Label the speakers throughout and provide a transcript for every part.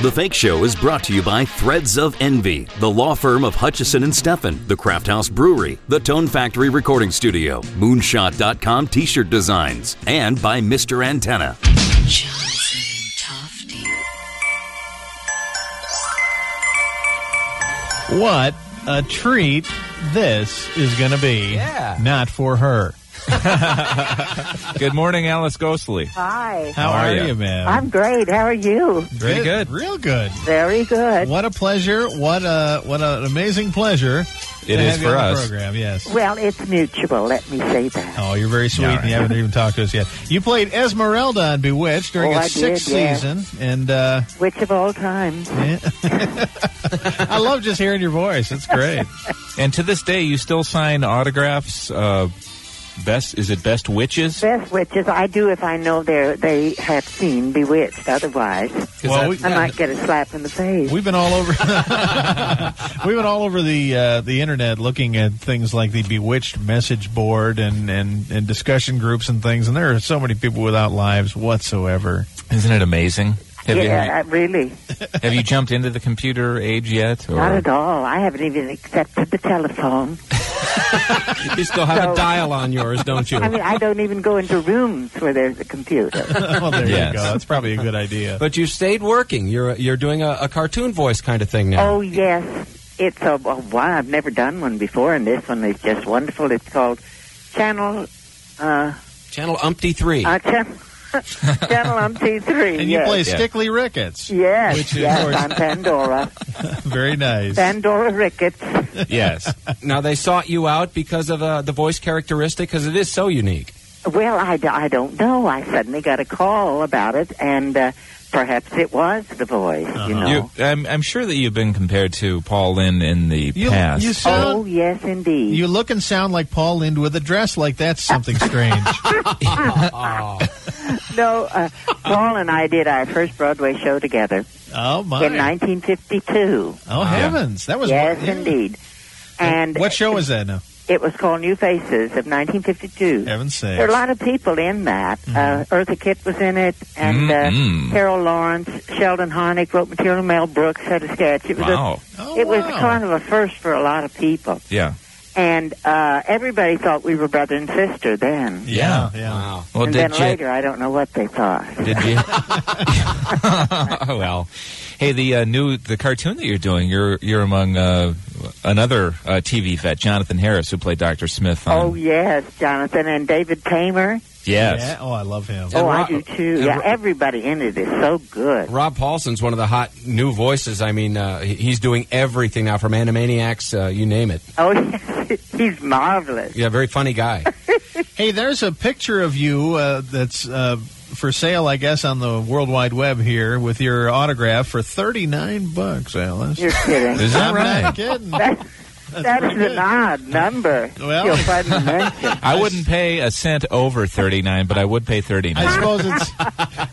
Speaker 1: The Fake Show is brought to you by Threads of Envy, the law firm of Hutchison and Steffen, the Craft House Brewery, the Tone Factory Recording Studio, Moonshot.com T-shirt designs, and by Mr. Antenna.
Speaker 2: Johnson Tufty.
Speaker 3: What a treat this is going to be.
Speaker 4: Yeah.
Speaker 3: Not for her.
Speaker 4: Good morning, Alice Ghostly.
Speaker 5: Hi.
Speaker 3: How,
Speaker 4: are
Speaker 3: are,
Speaker 4: ya?
Speaker 3: you, ma'am?
Speaker 5: I'm great. How are you?
Speaker 4: Very good.
Speaker 3: Real good.
Speaker 5: Very good.
Speaker 3: What a pleasure. What a what a, an amazing pleasure.
Speaker 4: It
Speaker 3: to
Speaker 4: is
Speaker 3: have
Speaker 4: for
Speaker 3: you on The
Speaker 4: us.
Speaker 3: program, yes.
Speaker 5: Well, it's mutual. Let me say that.
Speaker 3: Oh, you're very sweet,
Speaker 4: Yeah, all
Speaker 3: and you
Speaker 4: right.
Speaker 3: haven't even talked to us yet. You played Esmeralda on Bewitched during
Speaker 5: Oh, I
Speaker 3: its sixth
Speaker 5: did, yeah.
Speaker 3: season, and uh,
Speaker 5: Which of all time?
Speaker 3: I love just hearing your voice. It's great.
Speaker 4: And to this day, you still sign autographs. Uh, best is it best witches?
Speaker 5: Best witches I do if I know they are they have seen Bewitched. Otherwise,
Speaker 4: 'Cause
Speaker 3: Well,
Speaker 4: that-
Speaker 3: we-
Speaker 5: I might get a slap in the face.
Speaker 3: We've been all over. we've been all over the uh, the internet looking at things like the Bewitched message board and, and and discussion groups and things. And there are so many people without lives whatsoever.
Speaker 4: isn't it amazing? Have, you,
Speaker 5: yeah, I, really.
Speaker 4: have you jumped into the computer age yet?
Speaker 5: Not
Speaker 4: Or
Speaker 5: at all. I haven't even accepted the telephone.
Speaker 6: You still have
Speaker 5: So-
Speaker 6: a dial on yours, don't you?
Speaker 5: I mean, I don't even go into rooms where there's a computer.
Speaker 3: well, Oh, there
Speaker 4: Yes.
Speaker 3: you go. That's probably a good idea.
Speaker 6: But you stayed working. You're you're doing a, a cartoon voice kind of thing now.
Speaker 5: oh yes, it's a, a wow. I've never done one before, and this one is just wonderful. It's called Channel. Uh,
Speaker 6: Channel Umpty Three.
Speaker 5: uh, channel, channel MT three.
Speaker 3: And you play
Speaker 4: Yeah.
Speaker 3: Stickley Ricketts.
Speaker 5: Yes,
Speaker 3: Which is, of
Speaker 5: yes,
Speaker 3: course-
Speaker 5: on Pandora.
Speaker 3: Very nice.
Speaker 5: Pandora Ricketts.
Speaker 4: yes,
Speaker 6: now they sought you out because of uh, the voice characteristic, because it is so unique.
Speaker 5: Well, I, d- I don't know. I suddenly got a call about it, and uh, perhaps it was the voice,
Speaker 3: Uh-huh.
Speaker 5: you know.
Speaker 4: you, I'm, I'm sure that you've been compared to Paul Lynn in the
Speaker 3: You,
Speaker 4: past.
Speaker 3: you sound.
Speaker 5: oh, yes, indeed.
Speaker 3: You look and sound like Paul Lind with a dress like that's something strange.
Speaker 5: no, uh, Paul and I did our first Broadway show together
Speaker 3: oh
Speaker 5: in
Speaker 3: my!
Speaker 5: 1952.
Speaker 3: Oh heavens! That was
Speaker 5: yes,
Speaker 3: yeah.
Speaker 5: indeed. And
Speaker 3: What show was that now?
Speaker 5: It was called New Faces of 1952.
Speaker 3: Heaven
Speaker 5: There are a
Speaker 3: sakes!
Speaker 5: lot of people in that. Uh, Eartha Kitt was in it, and
Speaker 4: Mm-mm.
Speaker 5: uh, Harold Lawrence, Sheldon Harnick wrote material. Mel Brooks had a sketch. It was
Speaker 4: wow.
Speaker 3: Oh,
Speaker 5: a, it was
Speaker 3: wow.
Speaker 5: kind of a first for a lot of people,
Speaker 4: Yeah.
Speaker 5: and uh, everybody thought we were brother and sister then.
Speaker 3: yeah, yeah.
Speaker 6: Wow.
Speaker 4: Well,
Speaker 5: and
Speaker 4: did
Speaker 5: then
Speaker 4: you? Uh-huh.
Speaker 5: later, I don't know what they thought.
Speaker 4: Did you? well, hey, the uh, new the cartoon that you're doing, you're you're among uh, another uh, TV vet, Jonathan Harris, who played Doctor Smith. On,
Speaker 5: Oh yes, Jonathan and David Tamer.
Speaker 4: yes,
Speaker 3: Yeah. Oh, I love him.
Speaker 6: And
Speaker 5: oh,
Speaker 6: Ro-
Speaker 5: I do too.
Speaker 6: and
Speaker 5: Yeah,
Speaker 6: Ro-
Speaker 5: everybody in it is so good.
Speaker 6: Rob Paulson's one of the hot new voices. I mean, uh, he- he's doing everything now, from Animaniacs, uh, you name it.
Speaker 5: Oh yes, he's marvelous.
Speaker 6: Yeah, very funny guy.
Speaker 3: Hey, there's a picture of you uh, that's uh, for sale, I guess, on the World Wide Web here with your autograph for 39 bucks, Alice.
Speaker 5: You're kidding.
Speaker 4: is that
Speaker 3: I'm
Speaker 4: right?
Speaker 3: not kidding.
Speaker 5: That- That is an odd number.
Speaker 3: Well-
Speaker 5: You'll find me mentioned.
Speaker 4: I wouldn't pay a cent over thirty nine, but I would pay thirty
Speaker 3: I
Speaker 4: nine.
Speaker 3: suppose it's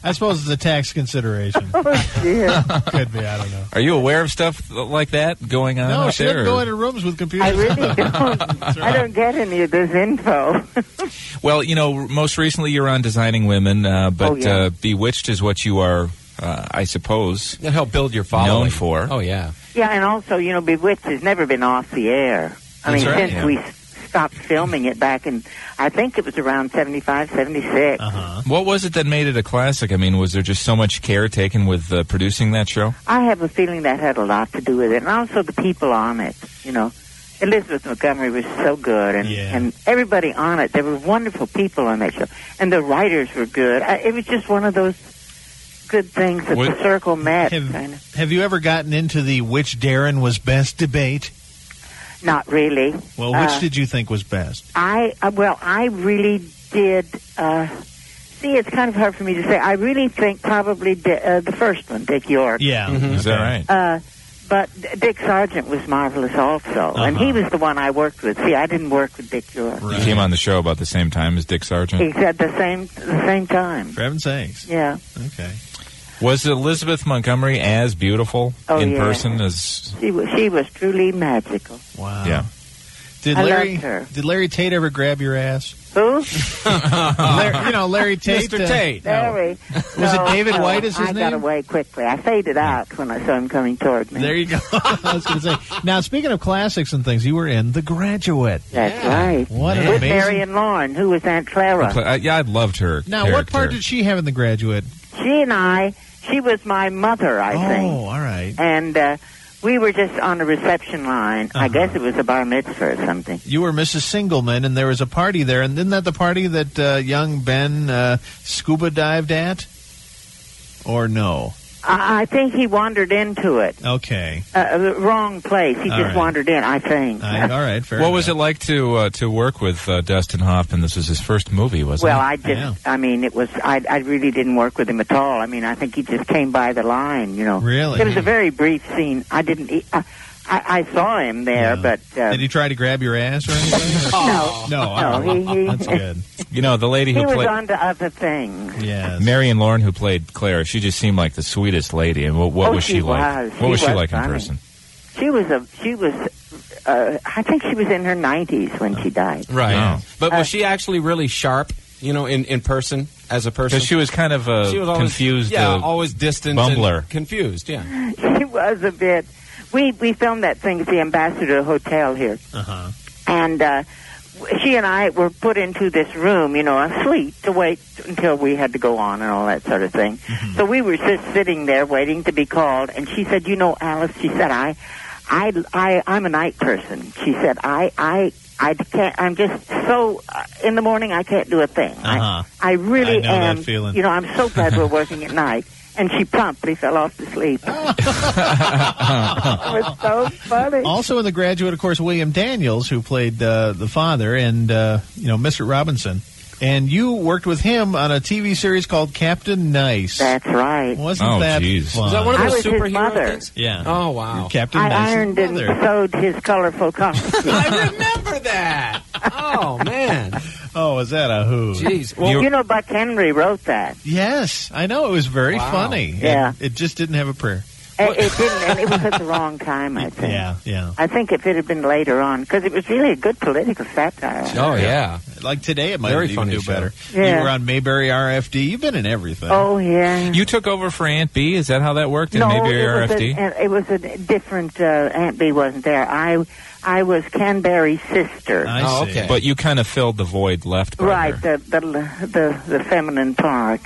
Speaker 3: I suppose it's a tax consideration.
Speaker 5: Oh, dear.
Speaker 3: Could be, I don't know.
Speaker 4: Are you aware of stuff like that going on?
Speaker 3: No,
Speaker 4: out
Speaker 3: she
Speaker 4: there,
Speaker 3: doesn't
Speaker 4: or-
Speaker 3: go into rooms with computers.
Speaker 5: I really don't. I don't get any of this info.
Speaker 4: Well, you know, most recently you're on Designing Women, uh, but
Speaker 5: Oh, yeah.
Speaker 4: uh, Bewitched is what you are, uh, I suppose.
Speaker 6: He'll help build your following.
Speaker 4: Known for.
Speaker 5: Uh-huh.
Speaker 6: Oh yeah.
Speaker 5: yeah, and also, you know, Bewitched has never been off the air. I
Speaker 4: That's
Speaker 5: mean,
Speaker 4: right,
Speaker 5: since
Speaker 4: yeah.
Speaker 5: we s- stopped filming it back in, I think it was around 75, 76.
Speaker 4: What was it that made it a classic? I mean, was there just so much care taken with uh, producing that show?
Speaker 5: I have a feeling that had a lot to do with it, and also the people on it. You know, Elizabeth Montgomery was so good, and
Speaker 3: Yeah.
Speaker 5: and everybody on it. There were wonderful people on that show, and the writers were good. I, it was just one of those good things that
Speaker 4: What-
Speaker 5: the circle met. Kind of.
Speaker 3: have, have you ever gotten into the which Darren was best debate?
Speaker 5: Not really.
Speaker 3: Well, which
Speaker 5: Uh,
Speaker 3: did you think was best?
Speaker 5: I uh, well, I really did. Uh, see, it's kind of hard for me to say. I really think probably di- uh, the first one, Dick York.
Speaker 3: Yeah.
Speaker 4: Mm-hmm. Is that right?
Speaker 5: Uh, but D- Dick Sargent was marvelous also, and he
Speaker 3: Uh-huh.
Speaker 5: was the one I worked with. See, I didn't work with Dick York.
Speaker 4: You came on the show about the same time as Dick Sargent.
Speaker 5: He's at the same the same time.
Speaker 3: For heaven's sakes.
Speaker 5: Yeah.
Speaker 3: Okay.
Speaker 4: Was Elizabeth Montgomery as beautiful
Speaker 5: Oh,
Speaker 4: in
Speaker 5: yeah.
Speaker 4: person as
Speaker 5: She was she was truly magical.
Speaker 3: Wow.
Speaker 4: Yeah.
Speaker 3: Did
Speaker 5: I loved
Speaker 3: Larry
Speaker 5: her.
Speaker 3: did Larry Tate ever grab your ass?
Speaker 5: Who?
Speaker 3: Larry, you know Larry Tate.
Speaker 6: Mr.
Speaker 3: uh,
Speaker 6: Tate.
Speaker 5: Larry. Was
Speaker 3: it David White is his
Speaker 5: I got
Speaker 3: name?
Speaker 5: away quickly. I faded out when I saw him coming toward me.
Speaker 3: There you go. I was going to say. Now, speaking of classics and things, you were in The Graduate.
Speaker 5: That's right.
Speaker 3: What an
Speaker 5: With
Speaker 3: amazing-
Speaker 5: Mary and Lauren, who was Aunt Clara.
Speaker 4: Uh, yeah, I loved her.
Speaker 3: Now, what part did she have in The Graduate?
Speaker 5: She and I, she was my mother, I
Speaker 3: Oh,
Speaker 5: think.
Speaker 3: all right.
Speaker 5: And uh, we were just on a reception line.
Speaker 3: Uh-huh.
Speaker 5: I guess it was a bar mitzvah or something.
Speaker 3: You were Mrs. Singleman, and there was a party there, and isn't that the party that uh, young Ben uh, scuba dived at? Or no?
Speaker 5: I, I think he wandered into it.
Speaker 3: Okay.
Speaker 5: Uh, Uh, the wrong place. He
Speaker 3: All
Speaker 5: just
Speaker 3: right.
Speaker 5: wandered in, I think.
Speaker 3: I, all right. Fair
Speaker 4: What was it like to uh, to work with uh, Dustin Hoffman? This was his first movie, wasn't
Speaker 5: well,
Speaker 4: it?
Speaker 5: I
Speaker 3: know.
Speaker 5: just, I mean, it was, I, I really didn't work with him at all. I mean, I think he just came by the line, you know.
Speaker 3: Really?
Speaker 5: It was a very brief scene. I didn't, e- I, I, I saw him there,
Speaker 3: Yeah.
Speaker 5: but, uh,
Speaker 3: Did he try to grab your ass or anything?
Speaker 5: no.
Speaker 3: no. all
Speaker 5: No,
Speaker 3: right.
Speaker 5: he- he-
Speaker 3: That's good.
Speaker 4: you know, the lady
Speaker 5: He
Speaker 4: who
Speaker 5: was
Speaker 4: played
Speaker 5: on to other things.
Speaker 3: Yes.
Speaker 4: Marion Lauren, who played Claire, she just seemed like the sweetest lady. And what, what
Speaker 5: Oh,
Speaker 4: was she,
Speaker 5: she
Speaker 4: like?
Speaker 5: was.
Speaker 4: What
Speaker 5: She
Speaker 4: was she
Speaker 5: was
Speaker 4: like in
Speaker 5: funny.
Speaker 4: person?
Speaker 5: She was a, she was, uh, I think she was in her 90s when she died.
Speaker 6: Right.
Speaker 4: Yeah.
Speaker 6: But was she actually really sharp? You know, in, in person as a person.
Speaker 4: Because she was kind of uh,
Speaker 6: She was always,
Speaker 4: confused.
Speaker 6: Yeah,
Speaker 4: uh,
Speaker 6: always distant,
Speaker 4: bumbler.
Speaker 6: and confused. Yeah.
Speaker 5: She was a bit. We we filmed that thing at the Ambassador Hotel here,
Speaker 3: Uh-huh.
Speaker 5: and uh, she and I were put into this room, you know, a suite to wait until we had to go on and all that sort of thing.
Speaker 3: Mm-hmm.
Speaker 5: So we were just sitting there waiting to be called, and she said, "You know, Alice," she said, "I, I, I I'm a night person." She said, "I, I." I can't. I'm just so uh, in the morning. I can't do a thing.
Speaker 3: Uh-huh.
Speaker 5: I, I really
Speaker 3: I know that
Speaker 5: am.
Speaker 3: feeling.
Speaker 5: You know, I'm so glad we're working at night. And she promptly fell off to sleep. It was so funny.
Speaker 3: Also in The Graduate, of course, William Daniels, who played uh, the father and, uh, you know, Mr. Robinson. And you worked with him on a TV series called Captain Nice.
Speaker 5: That's right.
Speaker 3: Wasn't
Speaker 4: Oh,
Speaker 3: that
Speaker 4: jeez.
Speaker 3: fun?
Speaker 6: Is that one of
Speaker 5: I
Speaker 6: those
Speaker 5: was his
Speaker 6: superhero
Speaker 5: mother.
Speaker 6: things?
Speaker 3: Yeah.
Speaker 6: Oh wow.
Speaker 3: Captain
Speaker 5: I
Speaker 3: Nice's
Speaker 5: ironed and
Speaker 3: mother.
Speaker 5: sewed his colorful costume.
Speaker 6: I remember that. Oh man.
Speaker 3: Oh, is that a who?
Speaker 6: Jeez. Well,
Speaker 5: you know, Buck Henry wrote that.
Speaker 3: Yes, I know. It was very
Speaker 6: Wow.
Speaker 3: funny. It-
Speaker 5: Yeah.
Speaker 3: It, just didn't have a prayer.
Speaker 5: It, it didn't, and it was at the wrong time, I think.
Speaker 3: Yeah, yeah.
Speaker 5: I think if it had been later on, because it was really a good political satire.
Speaker 6: oh yeah.
Speaker 3: Like today, it might
Speaker 6: Very
Speaker 3: even
Speaker 6: funny
Speaker 3: do
Speaker 6: show.
Speaker 3: better.
Speaker 5: Yeah.
Speaker 3: You were on Mayberry RFD. You've been in everything.
Speaker 5: Oh, yeah.
Speaker 4: you took over for Aunt B. Is that how that worked?
Speaker 5: no,
Speaker 4: and maybe
Speaker 5: it was,
Speaker 4: RFD.
Speaker 5: a, and it was a different. Uh, Aunt B wasn't there. I, I was Canberry's sister.
Speaker 3: I
Speaker 6: Oh,
Speaker 3: see.
Speaker 6: okay.
Speaker 4: but you kind of filled the void left by
Speaker 5: right,
Speaker 4: her.
Speaker 5: the, the the the feminine part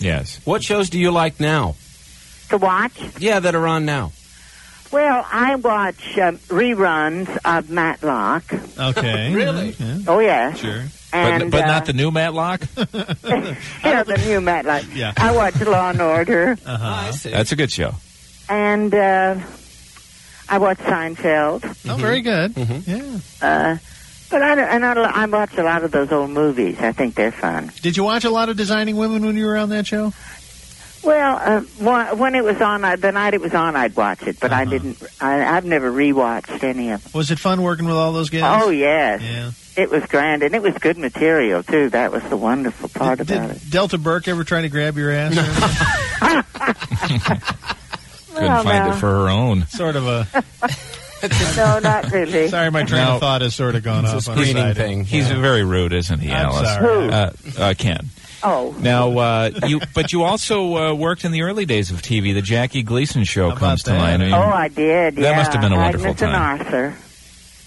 Speaker 4: Yes.
Speaker 6: What shows do you like now?
Speaker 5: to watch.
Speaker 6: Yeah, that are on now.
Speaker 5: Well, I watch um, reruns of Matlock.
Speaker 3: Okay.
Speaker 6: Really?
Speaker 3: Yeah,
Speaker 5: Oh yes,
Speaker 3: sure.
Speaker 5: and
Speaker 4: but but
Speaker 5: uh,
Speaker 4: not the new Matlock?
Speaker 5: yeah, the new Matlock.
Speaker 3: Yeah.
Speaker 5: I watch Law and Order,
Speaker 6: Oh, I see.
Speaker 4: That's a good show.
Speaker 5: and uh, I watch Seinfeld.
Speaker 6: Mm-hmm.
Speaker 3: Oh, very good. Yeah.
Speaker 5: Uh, but I don't- and I, don't- I watch a lot of those old movies. I think they're fun.
Speaker 3: Did you watch a lot of Designing Women when you were on that show?
Speaker 5: Well, uh, wh- when it was on, I, the night it was on, I'd watch it, but I
Speaker 3: Uh-huh.
Speaker 5: didn't. I, I've never rewatched any of. them.
Speaker 3: Was it fun working with all those guys?
Speaker 5: Oh yes,
Speaker 3: Yeah.
Speaker 5: it was grand, and it was good material too. That was the wonderful part
Speaker 3: Did,
Speaker 5: about it.
Speaker 3: did Delta Burke ever try to grab your ass? or anything?
Speaker 4: Couldn't find it for her own.
Speaker 3: sort of a.
Speaker 5: No, not really.
Speaker 3: Sorry, my train
Speaker 4: Now-
Speaker 3: of thought has sort of gone off.
Speaker 6: a
Speaker 3: on a
Speaker 6: screening
Speaker 3: side.
Speaker 6: thing.
Speaker 4: He's very rude, isn't he,
Speaker 3: I'm
Speaker 4: Alice?
Speaker 3: sorry.
Speaker 4: Uh, uh, Ken.
Speaker 5: Oh,
Speaker 4: Now, uh, you but you also uh, worked in the early days of TV. The Jackie Gleason show
Speaker 3: How
Speaker 4: comes to
Speaker 3: about that?
Speaker 4: mind. I mean,
Speaker 5: oh, I did.
Speaker 4: That
Speaker 5: yeah.
Speaker 4: must have been a wonderful
Speaker 5: Agnes and
Speaker 4: time.
Speaker 5: Arthur.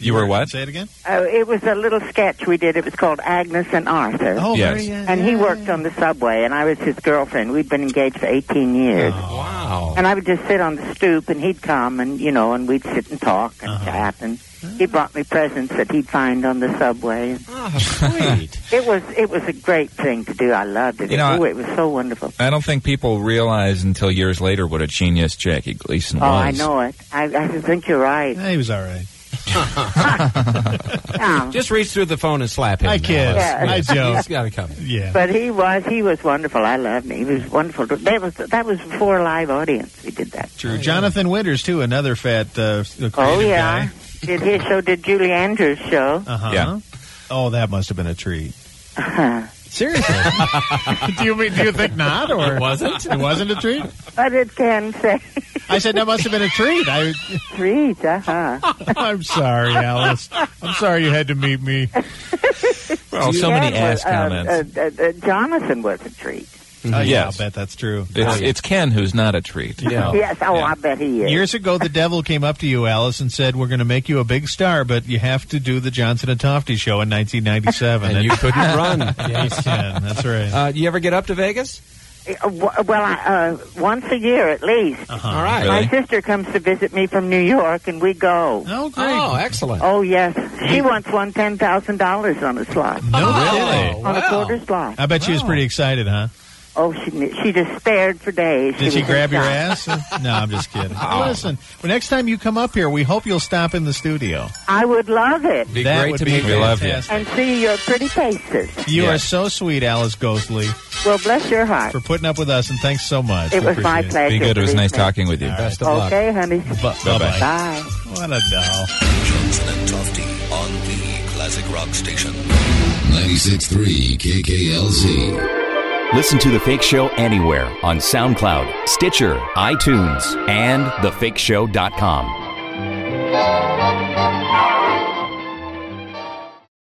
Speaker 4: you were what?
Speaker 3: Say it again.
Speaker 5: Oh, it was a little sketch we did. It was called Agnes and Arthur.
Speaker 3: Oh,
Speaker 4: Yes.
Speaker 3: very, yeah,
Speaker 5: and
Speaker 3: yeah,
Speaker 5: he
Speaker 3: yeah,
Speaker 5: worked on the subway, and I was his girlfriend. We'd been engaged for 18 years.
Speaker 4: Oh,
Speaker 6: Wow.
Speaker 5: And I would just sit on the stoop, and he'd come, and, you know, and we'd sit and talk and
Speaker 4: Uh-huh.
Speaker 5: chat. And he brought me presents that he'd find on the subway.
Speaker 6: Oh, sweet.
Speaker 5: It was it was a great thing to do. I loved it.
Speaker 4: You know,
Speaker 5: Ooh,
Speaker 4: I-
Speaker 5: it was so wonderful.
Speaker 4: I don't think people realize until years later what a genius Jackie Gleason
Speaker 5: Oh, I
Speaker 4: was.
Speaker 5: know it. I, I think you're right.
Speaker 3: yeah, he was all right.
Speaker 5: Yeah.
Speaker 6: Just reach through the phone and slap him.
Speaker 3: I kid.
Speaker 5: Yeah.
Speaker 3: I joke.
Speaker 6: He's got to come.
Speaker 3: Yeah.
Speaker 5: But he was he was wonderful. I loved him. He was wonderful. That was that was for a live audience. We did that.
Speaker 3: True. Jonathan Winters too, another fat uh, creative
Speaker 5: Oh yeah,
Speaker 3: guy.
Speaker 5: did
Speaker 4: Oh.
Speaker 5: his show? Did Julie Andrews' show?
Speaker 3: Uh huh.
Speaker 4: Yeah.
Speaker 3: Oh, that must have been a treat. Seriously? do you mean? Do you think not? Or it wasn't? It wasn't a treat.
Speaker 5: But it can say
Speaker 3: I said that must have been a treat. I,
Speaker 5: treat, uh huh.
Speaker 3: I'm sorry, Alice. I'm sorry you had to meet me.
Speaker 6: Uh,
Speaker 4: Oh, so many ass comments.
Speaker 5: Uh, uh, uh, Jonathan was a treat.
Speaker 3: Oh, yeah,
Speaker 4: Yes.
Speaker 3: I'll bet that's true.
Speaker 4: it's, it's Ken who's not a treat.
Speaker 6: Yeah.
Speaker 5: Yes, oh,
Speaker 4: Yeah.
Speaker 5: I bet he is.
Speaker 3: Years ago, the devil came up to you, Alice, and said, "We're going to make you a big star, but you have to do the Johnson and Tofty show in 1997."
Speaker 6: And you couldn't run.
Speaker 3: Yes, Ken, that's right.
Speaker 6: Uh, you ever get up to Vegas?
Speaker 5: Uh, w- well, I, uh, once a year at least.
Speaker 6: All right.
Speaker 4: Uh-huh. Really?
Speaker 5: My sister comes to visit me from New York, and we go.
Speaker 3: oh, great.
Speaker 6: Oh, excellent.
Speaker 5: Oh yes, she once won ten thousand dollars on a slot,
Speaker 3: no
Speaker 6: really?
Speaker 4: Oh,
Speaker 3: kidding.
Speaker 5: on a
Speaker 6: wow.
Speaker 5: quarter slot.
Speaker 3: I bet she was pretty excited, huh?
Speaker 5: Oh, she kn- she just stared for days.
Speaker 3: Did she
Speaker 5: was
Speaker 3: grab
Speaker 5: in
Speaker 3: your
Speaker 5: shock.
Speaker 3: ass? No, I'm just kidding. Listen, well, next time you come up here, we hope you'll stop in the studio.
Speaker 5: I would love it
Speaker 6: Be
Speaker 3: that
Speaker 6: great
Speaker 3: would
Speaker 6: to
Speaker 3: be
Speaker 6: meet you.
Speaker 4: We love you.
Speaker 3: fantastic.
Speaker 5: and see your pretty faces.
Speaker 3: You
Speaker 6: Yeah.
Speaker 3: are so sweet, Alice Ghostly,
Speaker 5: Well, bless your heart.
Speaker 3: for putting up with us, and thanks so much.
Speaker 5: It
Speaker 3: We
Speaker 5: was my
Speaker 3: appreciate
Speaker 4: Be
Speaker 5: pleasure.
Speaker 4: good. It was
Speaker 5: Believe
Speaker 4: nice
Speaker 5: me.
Speaker 4: talking with you.
Speaker 6: Best of luck.
Speaker 5: Okay, honey.
Speaker 3: Bu-
Speaker 4: Bye-bye.
Speaker 3: bye-bye.
Speaker 5: Bye.
Speaker 3: What a doll.
Speaker 7: Johnson and Tufty on the Classic Rock Station. 96.3 KKLZ.
Speaker 1: Listen to The Fake Show anywhere on SoundCloud, Stitcher, iTunes, and thefakeshow.com.